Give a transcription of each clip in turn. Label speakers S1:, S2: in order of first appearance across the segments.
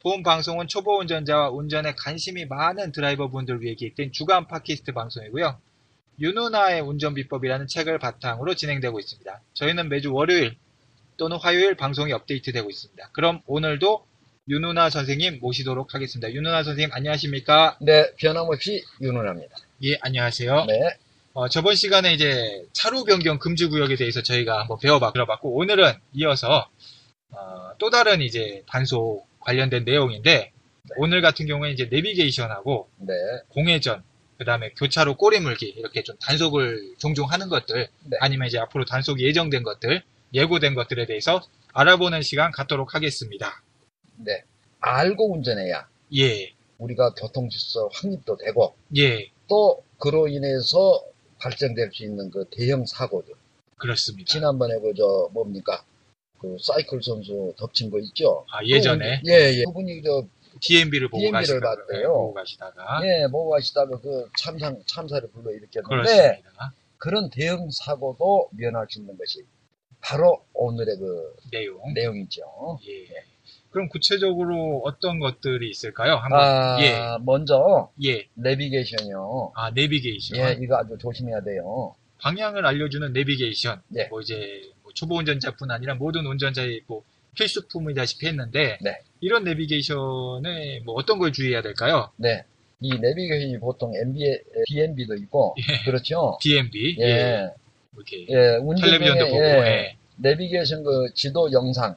S1: 본 방송은 초보 운전자와 운전에 관심이 많은 드라이버분들 위해 기획된 주간 팟캐스트 방송이고요. 유누나의 운전 비법이라는 책을 바탕으로 진행되고 있습니다. 저희는 매주 월요일 또는 화요일 방송이 업데이트되고 있습니다. 그럼 오늘도 유누나 선생님 모시도록 하겠습니다. 유누나 선생님 안녕하십니까?
S2: 네, 변함없이 윤은합니다.
S1: 예, 안녕하세요.
S2: 네,
S1: 어, 저번 시간에 이제 차로 변경 금지 구역에 대해서 저희가 한번 배워봤고 오늘은 이어서 어, 또 다른 이제 단속 관련된 내용인데 오늘 같은 경우에 이제 내비게이션하고
S2: 네,
S1: 공회전 그다음에 교차로 꼬리 물기 이렇게 좀 단속을 종종 하는 것들
S2: 네.
S1: 아니면 이제 앞으로 단속이 예정된 것들 예고된 것들에 대해서 알아보는 시간 갖도록 하겠습니다.
S2: 네. 알고 운전해야
S1: 예,
S2: 우리가 교통질서 확립도 되고
S1: 예,
S2: 또 그로 인해서 발생될 수 있는 그 대형 사고들.
S1: 그렇습니다.
S2: 지난번에 그저 뭡니까? 그 사이클 선수 덮친 거 있죠?
S1: 아, 예전에
S2: 그, 예, 예. 그분이 저,
S1: DMB를 보고
S2: DMB 를
S1: 가시다가
S2: 봤대요.
S1: 보고 가시다가
S2: 예, 뭐가 있다가 그 참상, 참사를 불러일으켰는데
S1: 그렇습니다.
S2: 그런 대형 사고도 면할 수 있는 것이 바로 오늘의 그
S1: 내용.
S2: 내용이죠.
S1: 예. 그럼 구체적으로 어떤 것들이 있을까요? 한번
S2: 아,
S1: 예,
S2: 먼저
S1: 예.
S2: 내비게이션이요.
S1: 아, 내비게이션.
S2: 예, 이거 아주 조심해야 돼요.
S1: 방향을 알려주는 내비게이션.
S2: 네.
S1: 뭐 이제 뭐 초보 운전자뿐 아니라 모든 운전자의 뭐 필수품이다시피 했는데
S2: 네.
S1: 이런 내비게이션에 뭐 어떤 걸 주의해야 될까요?
S2: 네. 이 내비게이션이 보통 MBA, BNB도 있고,
S1: 예.
S2: 그렇죠?
S1: DMB.
S2: 예. 예.
S1: 뭐 이렇게
S2: 운전 중에
S1: 텔레비전도 보고.
S2: 예,
S1: 예.
S2: 내비게이션 그 지도 영상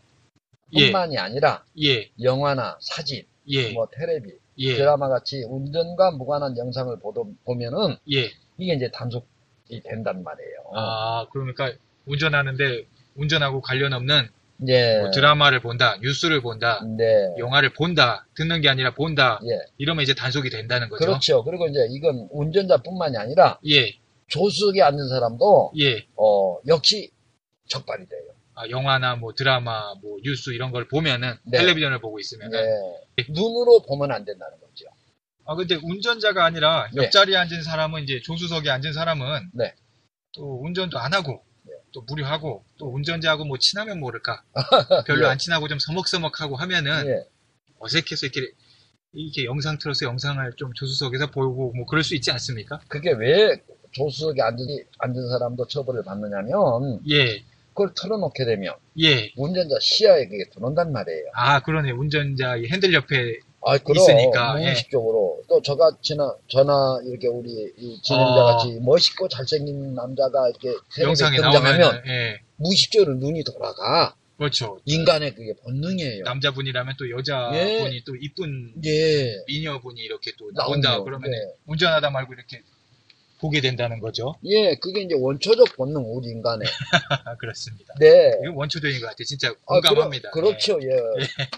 S1: 예.
S2: 뿐만이 아니라
S1: 예.
S2: 영화나 사진,
S1: 예.
S2: 뭐 텔레비,
S1: 예.
S2: 드라마 같이 운전과 무관한 영상을 보도, 보면은
S1: 예.
S2: 이게 이제 단속이 된단 말이에요.
S1: 아, 그러니까 운전하는데 운전하고 관련 없는
S2: 예.
S1: 뭐 드라마를 본다, 뉴스를 본다,
S2: 네.
S1: 영화를 본다, 듣는 게 아니라 본다.
S2: 예.
S1: 이러면 이제 단속이 된다는 거죠.
S2: 그렇죠. 그리고 이제 이건 운전자뿐만이 아니라
S1: 예,
S2: 조수석에 앉은 사람도,
S1: 예.
S2: 어, 역시 적발이 돼요.
S1: 아, 영화나 뭐 드라마, 뭐 뉴스 이런 걸 보면은
S2: 네.
S1: 텔레비전을 보고 있으면 은
S2: 예. 눈으로 보면 안 된다는 거죠.
S1: 아 근데 운전자가 아니라
S2: 네.
S1: 옆자리에 앉은 사람은 이제 조수석에 앉은 사람은
S2: 네.
S1: 또 운전도 안 하고 또 무료하고 또 운전자하고 뭐 친하면 모를까 별로
S2: 예.
S1: 안 친하고 좀 서먹서먹하고 하면은
S2: 예.
S1: 어색해서 이렇게 이렇게 영상 틀어서 영상을 좀 조수석에서 보고 뭐 그럴 수 있지 않습니까?
S2: 그게 왜 조수석에 앉은, 앉은 사람도 처벌을 받느냐면
S1: 예,
S2: 그걸 틀어놓게 되면
S1: 예.
S2: 운전자 시야에 그게 들어온단 말이에요.
S1: 아 그러네 운전자 이 핸들 옆에
S2: 아, 그럼
S1: 있으니까, 예.
S2: 무의식적으로 또 저같이나 저나 이렇게 우리 이 진행자
S1: 어.
S2: 같이 멋있고 잘생긴 남자가 이렇게 텔레비에
S1: 영상에
S2: 등장하면
S1: 나오면 예,
S2: 무의식적으로 눈이 돌아가
S1: 그렇죠.
S2: 인간의 그게 본능이에요.
S1: 남자분이라면 또 여자분이 또 이쁜
S2: 예.
S1: 미녀분이 이렇게 또 나온다
S2: 나오네요.
S1: 그러면
S2: 예.
S1: 운전하다 말고 이렇게 보게 된다는 거죠.
S2: 예, 그게 이제 원초적 본능 우리 인간의.
S1: 아, 그렇습니다.
S2: 네.
S1: 이거 원초적인 것 같아요. 진짜
S2: 아, 그러-
S1: 공감합니다.
S2: 그렇죠. 예.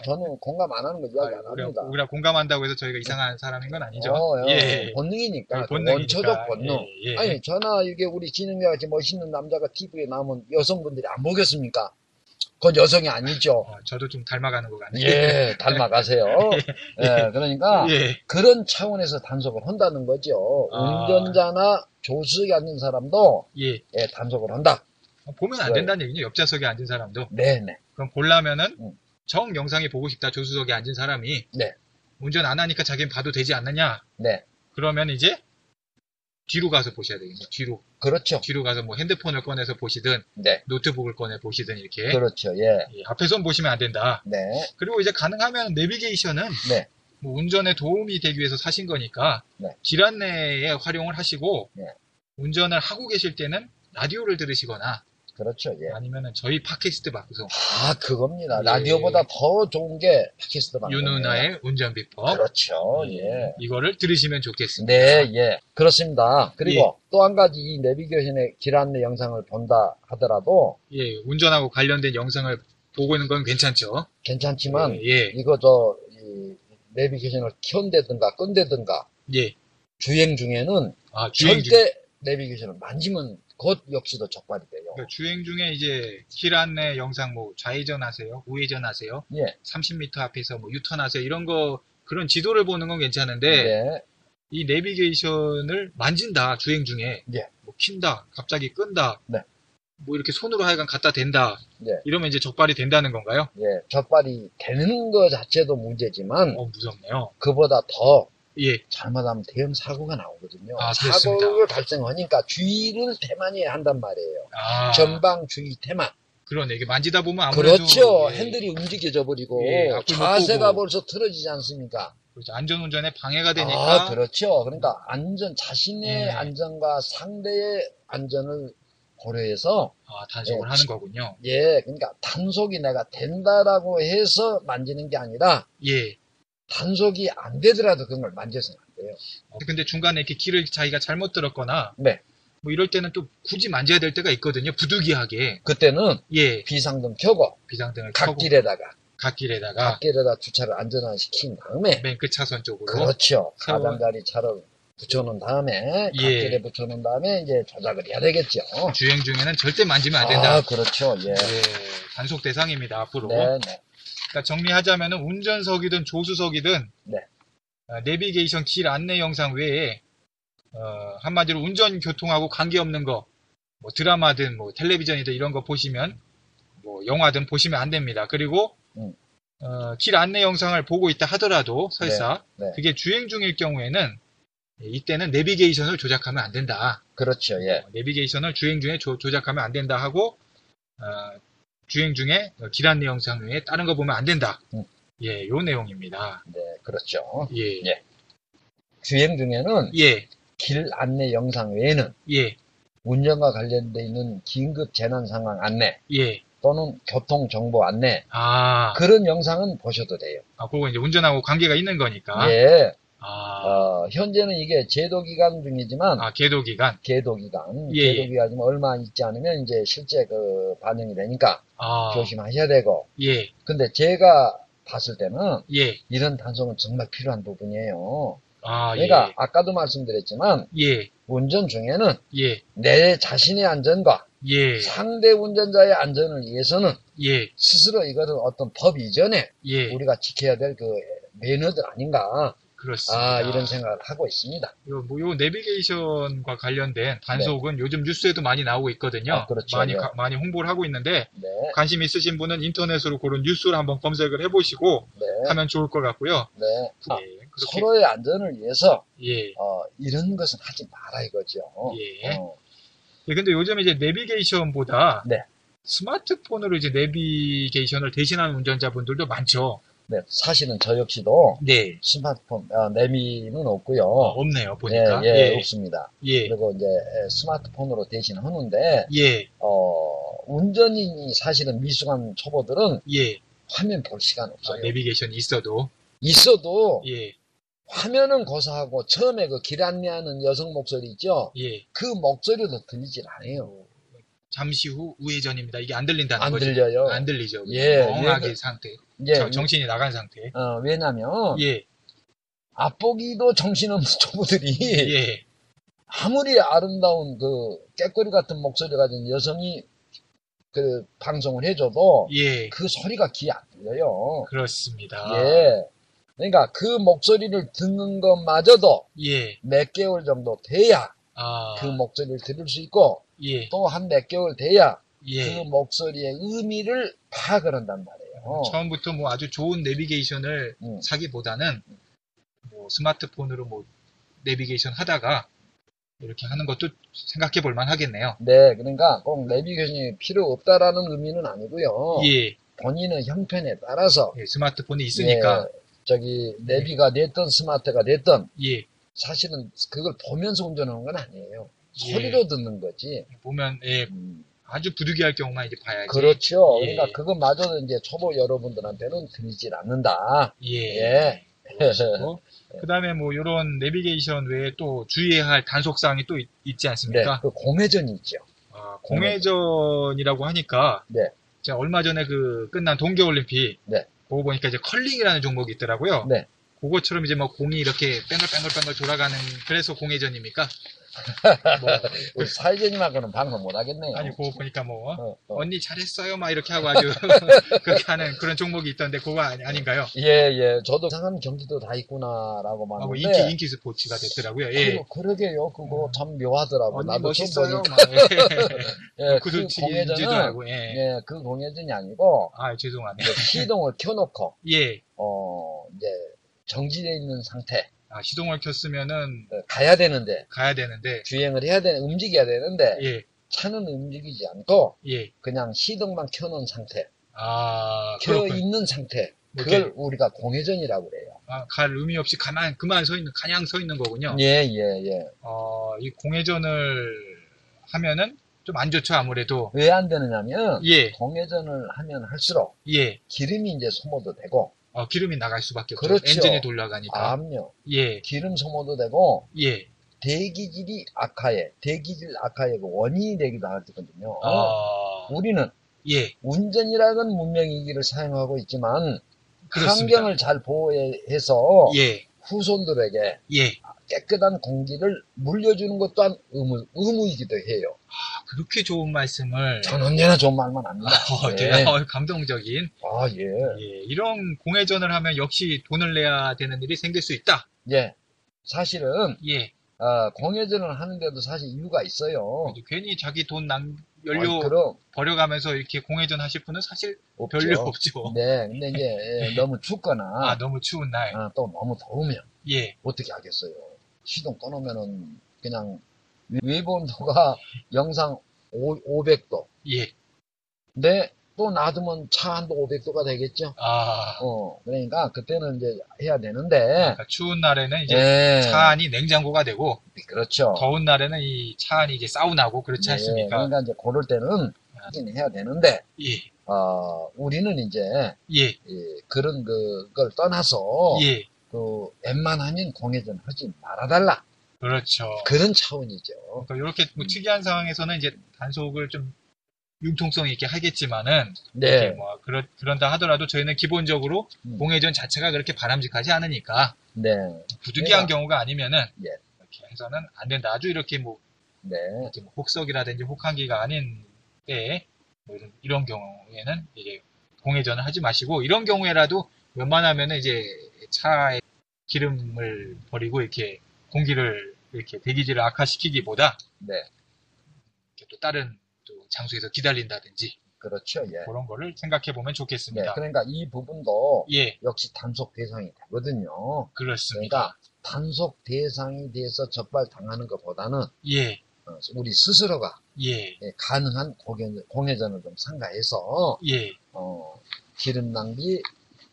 S2: 저는 공감 안 하는 거
S1: 예. 아,
S2: 이야기 안
S1: 우리가,
S2: 합니다.
S1: 우리가 공감한다고 해서 저희가 이상한 사람인 건 아니죠.
S2: 어, 예.
S1: 예.
S2: 본능이니까.
S1: 본능이니까.
S2: 원초적 본능.
S1: 예, 예.
S2: 아니, 저나 이게 우리 진흥자 같이 멋있는 남자가 TV에 나오면 여성분들이 안 보겠습니까? 그건 여성이 아니죠.
S1: 어, 저도 좀 닮아가는 것 같네요.
S2: 예, 닮아가세요. 예, 그러니까
S1: 예.
S2: 그런 차원에서 단속을 한다는 거죠.
S1: 아.
S2: 운전자나 조수석에 앉은 사람도
S1: 예. 어,
S2: 예, 단속을 한다.
S1: 보면
S2: 네.
S1: 안 된다는 얘기죠. 옆좌석에 앉은 사람도.
S2: 네네.
S1: 그럼 보려면은
S2: 음.
S1: 정 영상이 보고 싶다. 조수석에 앉은 사람이
S2: 네.
S1: 운전 안 하니까 자기는 봐도 되지 않느냐.
S2: 네.
S1: 그러면 이제 뒤로 가서 보셔야 되겠네요. 뒤로
S2: 그렇죠.
S1: 뒤로 가서 뭐 핸드폰을 꺼내서 보시든
S2: 네.
S1: 노트북을 꺼내 보시든 이렇게
S2: 그렇죠. 예.
S1: 예, 앞에선 보시면 안 된다.
S2: 네.
S1: 그리고 이제 가능하면 내비게이션은
S2: 네.
S1: 뭐 운전에 도움이 되기 위해서 사신 거니까
S2: 네.
S1: 기란 내에 활용을 하시고
S2: 네.
S1: 운전을 하고 계실 때는 라디오를 들으시거나
S2: 그렇죠. 예.
S1: 아니면은 저희 팟캐스트 방송
S2: 아, 그겁니다.
S1: 예.
S2: 라디오보다 더 좋은 게 팟캐스트 방송이에요.
S1: 유누나의 운전 비법 음.
S2: 그렇죠. 예.
S1: 이거를 들으시면 좋겠습니다.
S2: 네, 예. 그렇습니다.
S1: 예.
S2: 그리고 또 한 가지 이 내비게이션의 길 안내 영상을 본다 하더라도
S1: 예, 운전하고 관련된 영상을 보고 있는 건 괜찮죠.
S2: 괜찮지만
S1: 예,
S2: 이거 저, 이 내비게이션을 켠다든가 끈다든가
S1: 예.
S2: 주행 중에는
S1: 아, 주행 중
S2: 절대 내비게이션을 만지면 그것 역시도 적발이 돼요.
S1: 그러니까 주행 중에 이제 길 안내 영상 뭐 좌회전 하세요, 우회전 하세요,
S2: 예.
S1: 30m 앞에서 뭐 유턴 하세요 이런 거 그런 지도를 보는 건 괜찮은데
S2: 네.
S1: 이 내비게이션을 만진다 주행 중에
S2: 예.
S1: 뭐 킨다 갑자기 끈다
S2: 네.
S1: 뭐 이렇게 손으로 하여간 갖다 댄다
S2: 예.
S1: 이러면 이제 적발이 된다는 건가요?
S2: 예. 적발이 되는 거 자체도 문제지만
S1: 어 무섭네요.
S2: 그보다 더
S1: 예,
S2: 잘못하면 대형 사고가 나오거든요.
S1: 아, 그렇습니다.
S2: 사고를 발생하니까 주의를 태만히 한단 말이에요.
S1: 아
S2: 전방 주의 태만.
S1: 그러네 이게 만지다 보면 아무래도
S2: 그렇죠.
S1: 예,
S2: 핸들이 움직여져 버리고 그
S1: 예, 앞을 못
S2: 자세가
S1: 보고.
S2: 벌써 틀어지지 않습니까?
S1: 그렇죠. 안전운전에 방해가 되니까
S2: 아, 그렇죠. 그러니까 안전 자신의
S1: 그러니까. 예.
S2: 안전과 상대의 안전을 고려해서
S1: 아, 단속을
S2: 예.
S1: 하는 거군요.
S2: 예, 그러니까 단속이 내가 된다라고 해서 만지는 게 아니라
S1: 예.
S2: 단속이 안 되더라도 그런 걸 만져서는 안 돼요.
S1: 어, 근데 중간에 이렇게 길을 자기가 잘못 들었거나
S2: 네.
S1: 뭐 이럴 때는 또 굳이 만져야 될 때가 있거든요. 부득이하게
S2: 그때는
S1: 예
S2: 비상등 켜고
S1: 비상등을 켜고
S2: 갓길에다가
S1: 갓길에다가
S2: 갓길에다 주차를 안전화시킨 다음에
S1: 맨 끝 차선 쪽으로
S2: 그렇죠.
S1: 세워-
S2: 4단자리 차를 붙여놓은 다음에
S1: 예.
S2: 갓길에 붙여놓은 다음에 이제 조작을 해야 되겠죠.
S1: 주행 중에는 절대 만지면 안 된다.
S2: 아, 그렇죠. 예.
S1: 예, 단속 대상입니다 앞으로.
S2: 네, 네.
S1: 그러니까 정리하자면 운전석이든 조수석이든
S2: 네.
S1: 아, 내비게이션 길 안내 영상 외에 어, 한마디로 운전 교통하고 관계없는 거, 뭐 드라마든 뭐 텔레비전이든 이런 거 보시면 뭐 영화든 보시면 안 됩니다. 그리고
S2: 음.
S1: 어, 길 안내 영상을 보고 있다 하더라도 설사
S2: 네, 네.
S1: 그게 주행 중일 경우에는 예, 이때는 내비게이션을 조작하면 안 된다.
S2: 그렇죠. 예.
S1: 어, 내비게이션을 주행 중에 조, 작하면안 된다 하고 어, 주행 중에 길 안내 영상 외에 다른 거 보면 안 된다.
S2: 음.
S1: 예, 요 내용입니다.
S2: 네, 그렇죠.
S1: 예,
S2: 예. 주행 중에는
S1: 예,
S2: 길 안내 영상 외에는
S1: 예,
S2: 운전과 관련돼 있는 긴급 재난 상황 안내
S1: 예.
S2: 또는 교통 정보 안내
S1: 아,
S2: 그런 영상은 보셔도 돼요.
S1: 아, 그거 이제 운전하고 관계가 있는 거니까.
S2: 예.
S1: 아,
S2: 어, 현재는 이게 제도 기간 중이지만
S1: 아, 계도 기간.
S2: 계도 기간,
S1: 예,
S2: 계도
S1: 예.
S2: 기간이 뭐 얼마 있지 않으면 이제 실제 그 반영이 되니까
S1: 아,
S2: 조심하셔야 되고.
S1: 예,
S2: 근데 제가 봤을 때는
S1: 예,
S2: 이런 단속은 정말 필요한 부분이에요.
S1: 아,
S2: 그러니까 아까도 말씀드렸지만
S1: 예,
S2: 운전 중에는
S1: 예,
S2: 내 자신의 안전과
S1: 예,
S2: 상대 운전자의 안전을 위해서는
S1: 예,
S2: 스스로 이것은 어떤 법 이전에
S1: 예,
S2: 우리가 지켜야 될 그 매너들 아닌가
S1: 그렇습니다.
S2: 아 이런 생각을 하고 있습니다.
S1: 요, 뭐, 요 내비게이션과 관련된 단속은 요즘 뉴스에도 많이 나오고 있거든요.
S2: 네. 아, 그렇죠.
S1: 많이
S2: 예.
S1: 가- 많이 홍보를 하고 있는데
S2: 네,
S1: 관심 있으신 분은 인터넷으로 그런 뉴스를 한번 검색을 해보시고
S2: 네,
S1: 하면 좋을 것 같고요.
S2: 네. 아,
S1: 예, 그렇게
S2: 서로의 안전을 위해서
S1: 예,
S2: 어, 이런 것은 하지 마라 이거죠.
S1: 예.
S2: 어,
S1: 예, 근데 요즘 이제 내비게이션보다
S2: 네.
S1: 스마트폰으로 이제 내비게이션을 대신하는 운전자분들도 많죠.
S2: 네, 사실은 저 역시도
S1: 네,
S2: 스마트폰 아, 내미는 없고요.
S1: 어, 아, 없네요 보니까.
S2: 예, 예,
S1: 예,
S2: 없습니다. 네.
S1: 예,
S2: 그리고 이제 스마트폰으로 대신하는데
S1: 예,
S2: 어, 운전인이 사실은 미숙한 초보들은
S1: 예.
S2: 화면 볼 시간
S1: 아,
S2: 없어요.
S1: 내비게이션이 있어도
S2: 있어도
S1: 예,
S2: 화면은 고사하고 처음에 그 길 안내하는 여성 목소리 있죠?
S1: 예.
S2: 그 목소리도 들리질 않아요.
S1: 잠시 후 우회전입니다. 이게 안 들린다는
S2: 안
S1: 거죠.
S2: 들려요.
S1: 안 들리죠.
S2: 예,
S1: 멍하게
S2: 예.
S1: 상태.
S2: 예,
S1: 저- 정신이 나간 상태.
S2: 어, 왜냐면
S1: 예,
S2: 앞보기도 정신없는 초보들이
S1: 예,
S2: 아무리 아름다운 그 깨꼬리 같은 목소리 가진 여성이 그 방송을 해줘도
S1: 예.
S2: 그 소리가 귀에 안 들려요.
S1: 그렇습니다.
S2: 예. 그러니까 그 목소리를 듣는 것마저도
S1: 예.
S2: 몇 개월 정도 돼야
S1: 아,
S2: 그 목소리를 들을 수 있고
S1: 예,
S2: 또 한 몇 개월 돼야
S1: 예.
S2: 그 목소리의 의미를 파악을 한단 말이에요.
S1: 처음부터 뭐 아주 좋은 내비게이션을
S2: 음.
S1: 사기보다는 뭐 스마트폰으로 뭐 내비게이션 하다가 뭐 이렇게 하는 것도 생각해 볼 만하겠네요.
S2: 네, 그러니까 꼭 내비게이션이 필요 없다라는 의미는 아니고요.
S1: 예,
S2: 본인의 형편에 따라서
S1: 예, 스마트폰이 있으니까 네.
S2: 예, 저기 내비가 됐든 스마트가 됐든
S1: 예,
S2: 사실은 그걸 보면서 운전하는 건 아니에요.
S1: 예.
S2: 소리로 듣는 거지.
S1: 보면 예,
S2: 음,
S1: 아주 부득이할 경우만 이제 봐야지.
S2: 그렇죠.
S1: 예.
S2: 그러니까 그것마저도 이제 초보 여러분들한테는 들리질 않는다.
S1: 예.
S2: 예.
S1: 그 다음에 뭐 이런 내비게이션 외에 또 주의해야 할 단속사항이 또 있, 지
S2: 네,
S1: 않습니까?
S2: 그 공회전이 있죠.
S1: 아, 공회전이라고 하니까
S2: 네.
S1: 제가 얼마 전에 그 끝난 동계올림픽
S2: 네.
S1: 그거 보니까 이제 컬링이라는 종목이 있더라고요.
S2: 네.
S1: 그것처럼 이제 뭐 공이 이렇게 뺑글뺑글뺑글 돌아가는 그래서 공회전입니까? 뭐,
S2: 우리 사회자님하고는 방송 못 하겠네요.
S1: 아니 그거 보니까 뭐
S2: 어, 어.
S1: 언니 잘했어요 막 이렇게 하고 아주 그렇게 하는 그런 종목이 있던데 그거 아니, 아닌가요?
S2: 예, 예. 저도 상암 경기도 다 있구나라고만
S1: 아, 뭐
S2: 하는데.
S1: 인기 인기 스포츠가 됐더라고요. 예.
S2: 그러- 그러게요. 그거 참 묘하더라고.
S1: 언니
S2: 나도
S1: 멋있어요.
S2: 처음 보니까.
S1: 막, 예.
S2: 예, 그
S1: 구두치기인지도
S2: 공회전은
S1: 알고. 예.
S2: 예, 그 공회전이 아니고
S1: 아 죄송하네요.
S2: 이제 시동을 켜놓고
S1: 예.
S2: 어 이제 정지되어 있는 상태
S1: 아 시동을 켰으면은
S2: 어, 가야 되는데
S1: 가야 되는데
S2: 주행을 해야 되는 움직여야 되는데
S1: 예.
S2: 차는 움직이지 않고
S1: 예.
S2: 그냥 시동만 켜놓은 상태,
S1: 아
S2: 켜
S1: 그렇군.
S2: 있는 상태.
S1: 이렇게
S2: 그걸 우리가 공회전이라고 그래요.
S1: 아, 갈 의미 없이 가만 그만 서 있는 가냥 서 있는 거군요.
S2: 예, 예, 예.
S1: 어, 이 공회전을 하면은 좀 안 좋죠 아무래도.
S2: 왜 안 되느냐면
S1: 예.
S2: 공회전을 하면 할수록
S1: 예.
S2: 기름이 이제 소모도 되고,
S1: 어, 기름이 나갈 수밖에 없죠.
S2: 그렇죠.
S1: 엔진이 돌아가니까.
S2: 암요,
S1: 예.
S2: 기름 소모도 되고
S1: 예.
S2: 대기질이 악화해, 대기질 악화의 그 원인이 되기도 하거든요.
S1: 아.
S2: 우리는
S1: 예.
S2: 운전이라는 문명이기를 사용하고 있지만
S1: 그렇습니다.
S2: 환경을 잘 보호해서
S1: 예.
S2: 후손들에게
S1: 예.
S2: 깨끗한 공기를 물려주는 것 또한 의무, 의무이기도 해요.
S1: 아, 그렇게 좋은 말씀을.
S2: 전 언제나 좋은 말만 합니다.
S1: 네. 어,
S2: 예.
S1: 네. 어, 감동적인.
S2: 아, 예.
S1: 예, 이런 공회전을 하면 역시 돈을 내야 되는 일이 생길 수 있다.
S2: 예. 사실은,
S1: 예.
S2: 아, 공회전을 하는데도 사실 이유가 있어요.
S1: 이제 괜히 자기 돈 낭, 연료
S2: 아, 그럼,
S1: 버려가면서 이렇게 공회전 하실 분은 사실
S2: 없죠.
S1: 별로 없죠.
S2: 네, 근데 이제 예, 너무 춥거나,
S1: 아, 너무 추운 날.
S2: 아, 또 너무 더우면
S1: 예.
S2: 어떻게 하겠어요. 시동 꺼놓으면은 그냥 외본도가 영상 5, 500도.
S1: 예.
S2: 네, 또 놔두면 차 한도 500도가 되겠죠.
S1: 아.
S2: 어, 그러니까 그때는 이제 해야 되는데,
S1: 그러니까 추운 날에는 이제
S2: 예,
S1: 차 안이 냉장고가 되고
S2: 그렇죠.
S1: 더운 날에는 이 차 안이 이제 사우나고 그렇지
S2: 예,
S1: 않습니까? 아.
S2: 그러니까 이제 고를 때는 하긴 해야 되는데,
S1: 예.
S2: 어, 우리는 이제
S1: 예.
S2: 이, 그런 그걸 떠나서
S1: 예.
S2: 그 웬만하면 공회전 하지 말아달라
S1: 그렇죠.
S2: 그런 차원이죠.
S1: 그러니까 이렇게 뭐 특이한 상황에서는 이제 단속을 좀 융통성 있게 하겠지만은 이렇게
S2: 네,
S1: 뭐 그런 그런다 하더라도 저희는 기본적으로
S2: 음.
S1: 공회전 자체가 그렇게 바람직하지 않으니까
S2: 네,
S1: 부득이한
S2: 네.
S1: 경우가 아니면은
S2: 예.
S1: 이렇게 해서는 안 된다. 아주 이렇게 뭐,
S2: 네,
S1: 이렇게 뭐 혹석이라든지 혹한기가 아닌 때에 뭐 이런, 이런 경우에는 이게 공회전을 하지 마시고 이런 경우에라도 웬만하면은 이제 차에 기름을 버리고 이렇게 공기를 이렇게 대기질을 악화시키기보다
S2: 네,
S1: 이렇게 또 다른 또 장소에서 기다린다든지
S2: 그렇죠. 예,
S1: 그런 거를 생각해 보면
S2: 네,
S1: 좋겠습니다.
S2: 그러니까 이 부분도
S1: 예,
S2: 역시 단속 대상이 되거든요.
S1: 그렇습니다.
S2: 그러니까 단속 대상이 돼서 적발 당하는 것보다는
S1: 예,
S2: 어, 우리 스스로가
S1: 예,
S2: 예, 가능한 공회전, 공회전을 좀 상가해서
S1: 예,
S2: 어, 기름 낭비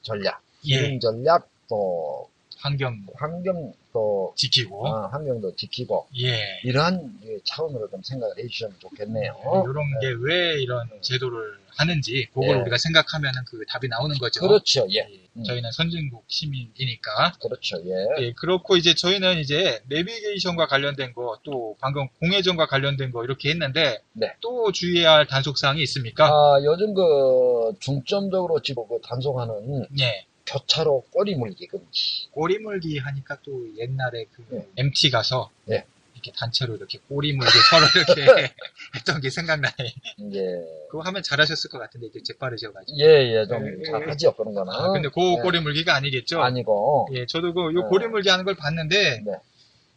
S2: 전략,
S1: 예.
S2: 기름 전략, 또
S1: 환경
S2: 환경 또
S1: 지키고,
S2: 어, 환경도 지키고
S1: 예.
S2: 이러한 예, 차원으로 좀 생각을 해주시면 어? 좋겠네요.
S1: 이런 게 왜 이런 제도를 하는지 그걸
S2: 예.
S1: 우리가 생각하면 그 답이 나오는 거죠.
S2: 그렇죠, 예,
S1: 예,
S2: 음.
S1: 저희는 선진국 시민이니까.
S2: 그렇죠, 예,
S1: 예, 그렇고 이제 저희는 이제 내비게이션과 관련된 거, 또 방금 공회전과 관련된 거 이렇게 했는데
S2: 네.
S1: 또 주의해야 할 단속 사항이 있습니까?
S2: 아, 요즘 그 중점적으로 지금 그 단속하는
S1: 예.
S2: 교차로 꼬리 물기 금지.
S1: 꼬리물기 하니까 또 옛날에 그
S2: 네.
S1: MT 가서
S2: 네.
S1: 이렇게 단체로 이렇게 꼬리물기 서로 이렇게 했던 게 생각나네.
S2: 이제
S1: 그거 하면 잘하셨을 것 같은데 이게 재빠르셔가지고.
S2: 예, 예,
S1: 예,
S2: 좀
S1: 예, 예.
S2: 잘하지요 그런 거는.
S1: 아, 근데 그
S2: 예.
S1: 꼬리물기가 아니겠죠?
S2: 아니고
S1: 예, 저도 그, 요
S2: 네.
S1: 고리물기 하는 걸 봤는데,
S2: 네.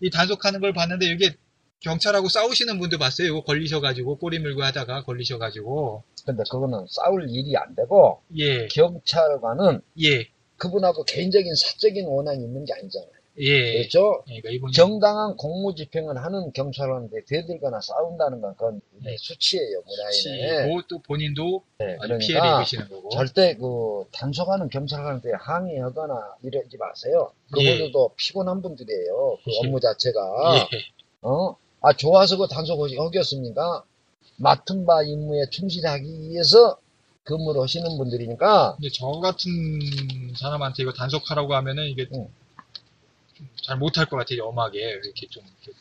S1: 이 단속하는 걸 봤는데, 이게 경찰하고 싸우시는 분도 봤어요. 이거 걸리셔가지고, 꼬리물고 하다가 걸리셔가지고.
S2: 근데 그거는 싸울 일이 안 되고
S1: 예,
S2: 경찰관은
S1: 예,
S2: 그분하고 개인적인 사적인 원한이 있는 게 아니잖아요.
S1: 예.
S2: 그렇죠?
S1: 그러니까 이분이.
S2: 정당한 공무집행을 하는 경찰한테 대들거나 싸운다는 건 그건 일종의
S1: 네.
S2: 수치예요, 문화인의.
S1: 치고 또 본인도
S2: 네,
S1: 아주 피해를
S2: 그러니까
S1: 입으시는 거고.
S2: 절대 그 단속하는 경찰관한테 항의하거나 이러지 마세요.
S1: 예.
S2: 그분들도 피곤한 분들이에요. 그
S1: 예.
S2: 업무 자체가
S1: 예,
S2: 어? 아 좋아서 그 단속을 어겼습니까? 맡은 바 임무에 충실하기 위해서 근무를 하시는 분들이니까
S1: 근데 저 같은 사람한테 이거 단속하라고 하면은 이게
S2: 응.
S1: 좀잘 못할 것 같아요. 엄하게 이렇게 좀. 이렇게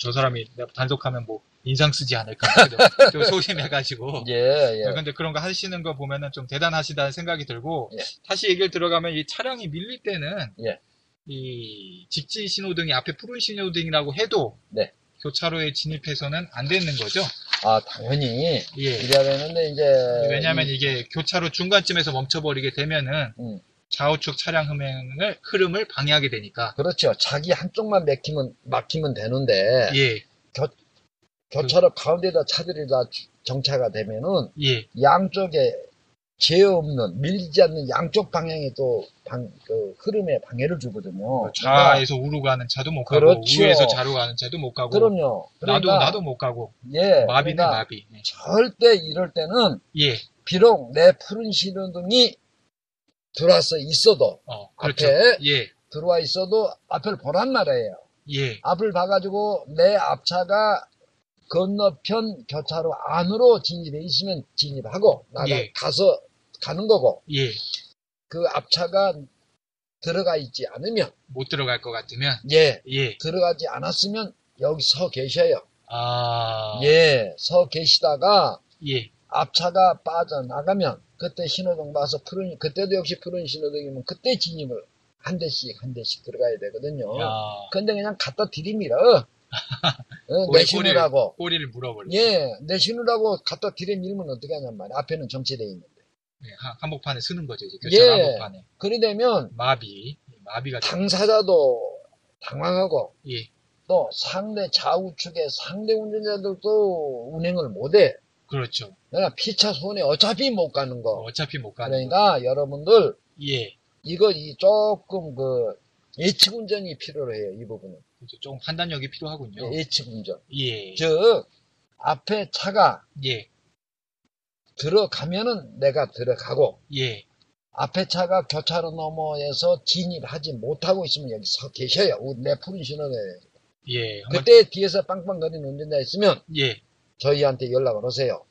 S1: 저 사람이 내가 단속하면 뭐 인상 쓰지 않을까 싶기도- 좀 소심해가지고
S2: 예, 예.
S1: 네, 근데 그런 거 하시는 거 보면은 좀 대단하시다는 생각이 들고
S2: 예.
S1: 다시 얘기를 들어가면 이 차량이 밀릴 때는
S2: 예.
S1: 이 직진 신호등이 앞에 푸른 신호등이라고 해도
S2: 네.
S1: 교차로에 진입해서는 안 되는 거죠.
S2: 아, 당연히
S1: 예.
S2: 이래야 되는데 이제
S1: 왜냐하면
S2: 이-
S1: 이게 교차로 중간쯤에서 멈춰버리게 되면은
S2: 음.
S1: 좌우측 차량 흐름을 흐름을 방해하게 되니까
S2: 그렇죠. 자기 한쪽만 막히면 막히면 되는데
S1: 예, 그-
S2: 교차로 가운데다 차들이 다 주- 정차가 되면은
S1: 예,
S2: 양쪽에 죄 없는 밀리지 않는 양쪽 방향이 또방그 흐름에 방해를 주거든요.
S1: 좌에서 우로 가는 차도 못 가고
S2: 어, 그렇죠.
S1: 우에서 좌로 가는 차도 못 가고
S2: 그러니까 그럼요.
S1: 나도
S2: 그러니까,
S1: 나도 못 가고
S2: 예,
S1: 마비네
S2: 그러니까
S1: 마비. 예.
S2: 절대 이럴 때는
S1: 예,
S2: 비록 내 푸른 신호등이 들어와서 있어도
S1: 어, 그렇죠.
S2: 앞에
S1: 예,
S2: 들어와 있어도 앞을 보란 말이에요.
S1: 예,
S2: 앞을 봐가지고 내 앞차가 건너편 교차로 안으로 진입해 있으면 진입하고 나가
S1: 예.
S2: 가서 가는 거고
S1: 예.
S2: 그 앞차가 들어가 있지 않으면
S1: 못 들어갈 것 같으면
S2: 예
S1: 예.
S2: 들어가지 않았으면 여기 서 계셔요.
S1: 아.
S2: 예 서 계시다가
S1: 예.
S2: 앞차가 빠져나가면 그때 신호등 봐서 푸른 그때도 역시 푸른 신호등이면 그때 진입을 한 대씩 한 대씩 들어가야 되거든요.
S1: 야.
S2: 근데 그냥 갖다 들이밀어. 어,
S1: 꼬리,
S2: 내 신으라고.
S1: 꼬리를 물어버려.
S2: 예, 내 신으라고 갖다 들이밀면 어떻게 하냔 말이야. 앞에는 정체돼 있는.
S1: 예, 한- 한복판에 쓰는 거죠, 이제.
S2: 예.
S1: 교차 한복판에.
S2: 그리 되면
S1: 마비. 예, 마비가 좀-
S2: 당사자도 당황하고
S1: 예.
S2: 또 상대 좌우측의 상대 운전자들도 운행을 못해.
S1: 그렇죠.
S2: 그러니까 피차 손에 어차피 못 가는 거.
S1: 어차피 못 가는 거.
S2: 그러니까 여러분들
S1: 예.
S2: 이거 이 조금 그 예측 운전이 필요해요. 이 부분은
S1: 그렇죠. 조금 판단력이 필요하군요.
S2: 예측 운전.
S1: 예.
S2: 즉 앞에 차가
S1: 예.
S2: 들어가면은 내가 들어가고
S1: 예.
S2: 앞에 차가 교차로 넘어에서 진입하지 못하고 있으면 여기 서 계셔요. 우- 내 푸른 신호에.
S1: 예. 한번
S2: 그때 뒤에서 빵빵거리는 운전자 있으면
S1: 예.
S2: 저희한테 연락을 하세요.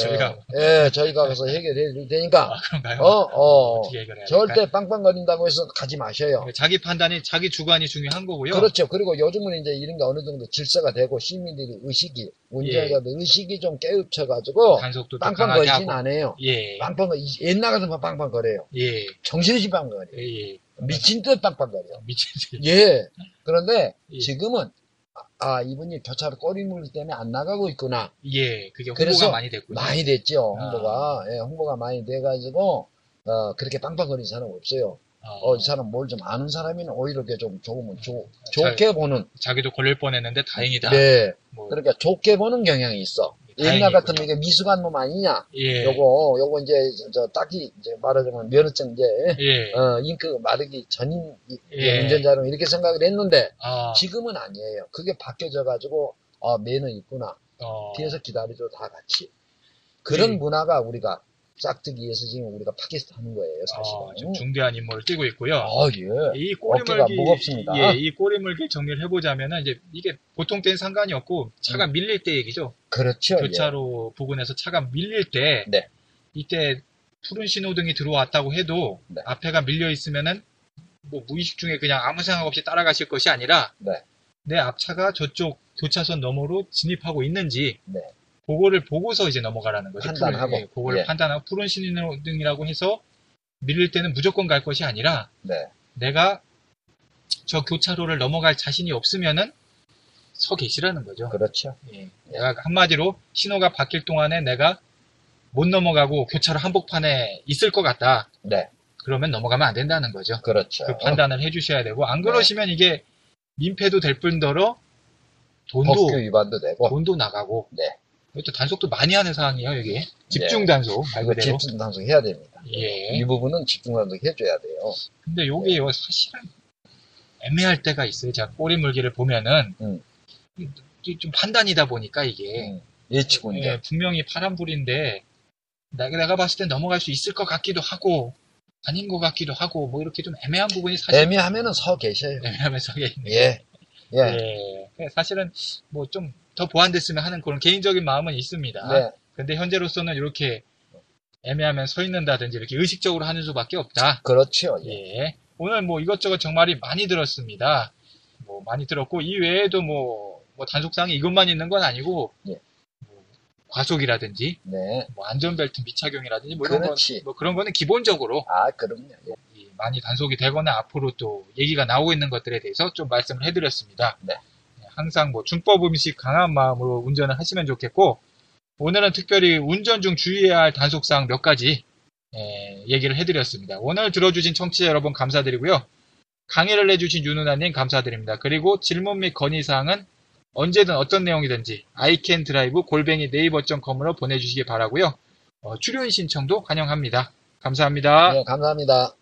S1: 저희가
S2: 어, 예, 저희가 가서 해결해 드릴 테니까.
S1: 아, 그런가요?
S2: 어, 어.
S1: 어떻게 해결해야 될까요? 예,
S2: 절대 빵빵거린다고 해서 가지 마셔요.
S1: 자기 판단이 자기 주관이 중요한 거고요.
S2: 그렇죠. 그리고 요즘은 이제 이런 게 어느 정도 질서가 되고 시민들이 의식이, 운전자들 의식이 좀 깨우쳐가지고
S1: 단속도 더 예. 강하게
S2: 빵빵거리진
S1: 하고.
S2: 않아요.
S1: 예.
S2: 빵빵, 옛날 같으면 빵빵거려요.
S1: 예.
S2: 정신없이 빵빵거려요.
S1: 예.
S2: 미친 듯 빵빵거려요.
S1: 미친 새끼.
S2: 예. 그런데
S1: 예.
S2: 지금은 아 이분이 교차로 꼬리물 때문에 안 나가고 있구나
S1: 예. 그게 홍보가
S2: 그래서
S1: 많이 됐고요.
S2: 많이 됐죠
S1: 아.
S2: 홍보가 예, 홍보가 많이 돼가지고 어, 그렇게 빵빵거리는 사람 없어요.
S1: 아.
S2: 어, 이 사람 뭘 좀 아는 사람이면 오히려 이렇게 좀 조금은 조,
S1: 잘-
S2: 좋게 보는
S1: 자기도 걸릴 뻔했는데 다행이다.
S2: 네
S1: 뭐,
S2: 그러니까 좋게 보는 경향이 있어.
S1: 다행이군요.
S2: 옛날 같으면 이게 미숙한 놈 아니냐?
S1: 예.
S2: 요거 요거 이제 저, 저 딱히 이제 말하자면 면허증 이제
S1: 예.
S2: 어, 잉크 마르기 전인 이-
S1: 예.
S2: 운전자로 이렇게 생각을 했는데
S1: 아,
S2: 지금은 아니에요. 그게 바뀌어져 가지고 아 매너 있구나
S1: 어,
S2: 뒤에서 기다리죠 다 같이 그런
S1: 네.
S2: 문화가 우리가 싹트기 위해서 지금 우리가 파키스탄인 거예요
S1: 어, 좀
S2: 사실은.
S1: 중대한 임무를 뛰고 있고요.
S2: 아 예.
S1: 이 꼬리물기,
S2: 음. 어깨가 무겁습니다.
S1: 예, 이 꼬리물기 정리를 해보자면은 이제 이게 보통 때는 상관이 없고
S2: 음.
S1: 차가 밀릴 때 얘기죠.
S2: 그렇죠.
S1: 교차로 부근에서 차가 밀릴 때
S2: 네.
S1: 이때 푸른 신호등이 들어왔다고 해도
S2: 네.
S1: 앞에가 밀려 있으면은 뭐 무의식 중에 그냥 아무 생각 없이 따라가실 것이 아니라
S2: 네.
S1: 내 앞차가 저쪽 교차선 너머로 진입하고 있는지
S2: 네.
S1: 그거를 보고서 이제 넘어가라는 거죠.
S2: 판단하고.
S1: 푸른- 예, 그거를
S2: 예.
S1: 판단하고 푸른 신호등이라고 해서 밀릴 때는 무조건 갈 것이 아니라
S2: 예. 네.
S1: 내가 저 교차로를 넘어갈 자신이 없으면은 서 계시라는 거죠.
S2: 그렇죠.
S1: 예, 내가 한마디로 신호가 바뀔 동안에 내가 못 넘어가고 교차로 한복판에 있을 것 같다.
S2: 네.
S1: 그러면 넘어가면 안 된다는 거죠.
S2: 그렇죠.
S1: 그 판단을 해주셔야 되고
S2: 네.
S1: 안 그러시면 이게 민폐도 될 뿐더러 돈도
S2: 어, 법규 위반도 되고
S1: 돈도 나가고
S2: 네.
S1: 또 단속도 많이 하는 상황이에요 여기 집중 단속 말
S2: 이거
S1: 그대로
S2: 네. 집중 단속 해야 됩니다.
S1: 아, 예
S2: 이 부분은 집중 단속 해줘야 돼요.
S1: 근데
S2: 네.
S1: 요게요 사실은 애매할 때가 있어요 제가 꼬리 물기를 보면은
S2: 음.
S1: 이- 이좀 판단이다 보니까 이게
S2: 음, 예측 운전.
S1: 예, 분명히 파란불인데 나- 내가 봤을 땐 넘어갈 수 있을 것 같기도 하고 아닌 것 같기도 하고 뭐 이렇게 좀 애매한 부분이 사실
S2: 애매하면은 서 계셔요.
S1: 예. 애매하면서 이게-
S2: 예. 예.
S1: 예. 사실은 네, 뭐 좀 더 보완됐으면 하는 그런 개인적인 마음은 있습니다.
S2: 네.
S1: 근데 현재로서는 이렇게 애매하면 서 있는다든지 이렇게 의식적으로 하는 수밖에 없다.
S2: 그렇죠. 예.
S1: 예. 오늘 뭐 이것저것 정말이 많이 들었습니다. 뭐 많이 들었고 이 외에도 뭐, 뭐 단속사항이 이것만 있는 건 아니고
S2: 예.
S1: 뭐 과속이라든지
S2: 네.
S1: 뭐 안전벨트 미착용이라든지 뭐 이런 건,
S2: 그렇지.
S1: 뭐 그런 거는 기본적으로
S2: 아, 그럼요. 예.
S1: 이 많이 단속이 되거나 앞으로 또 얘기가 나오고 있는 것들에 대해서 좀 말씀을 해드렸습니다.
S2: 네.
S1: 예, 항상 뭐 준법 음식 강한 마음으로 운전을 하시면 좋겠고 오늘은 특별히 운전 중 주의해야 할 단속사항 몇 가지 예, 얘기를 해드렸습니다. 오늘 들어주신 청취자 여러분 감사드리고요. 강의를 해주신 윤은아님 감사드립니다. 그리고 질문 및 건의사항은 언제든 어떤 내용이든지 아이캔드라이브 골뱅이 네이버.com으로 보내주시기 바라고요. 어, 출연 신청도 환영합니다. 감사합니다.
S2: 예, 감사합니다.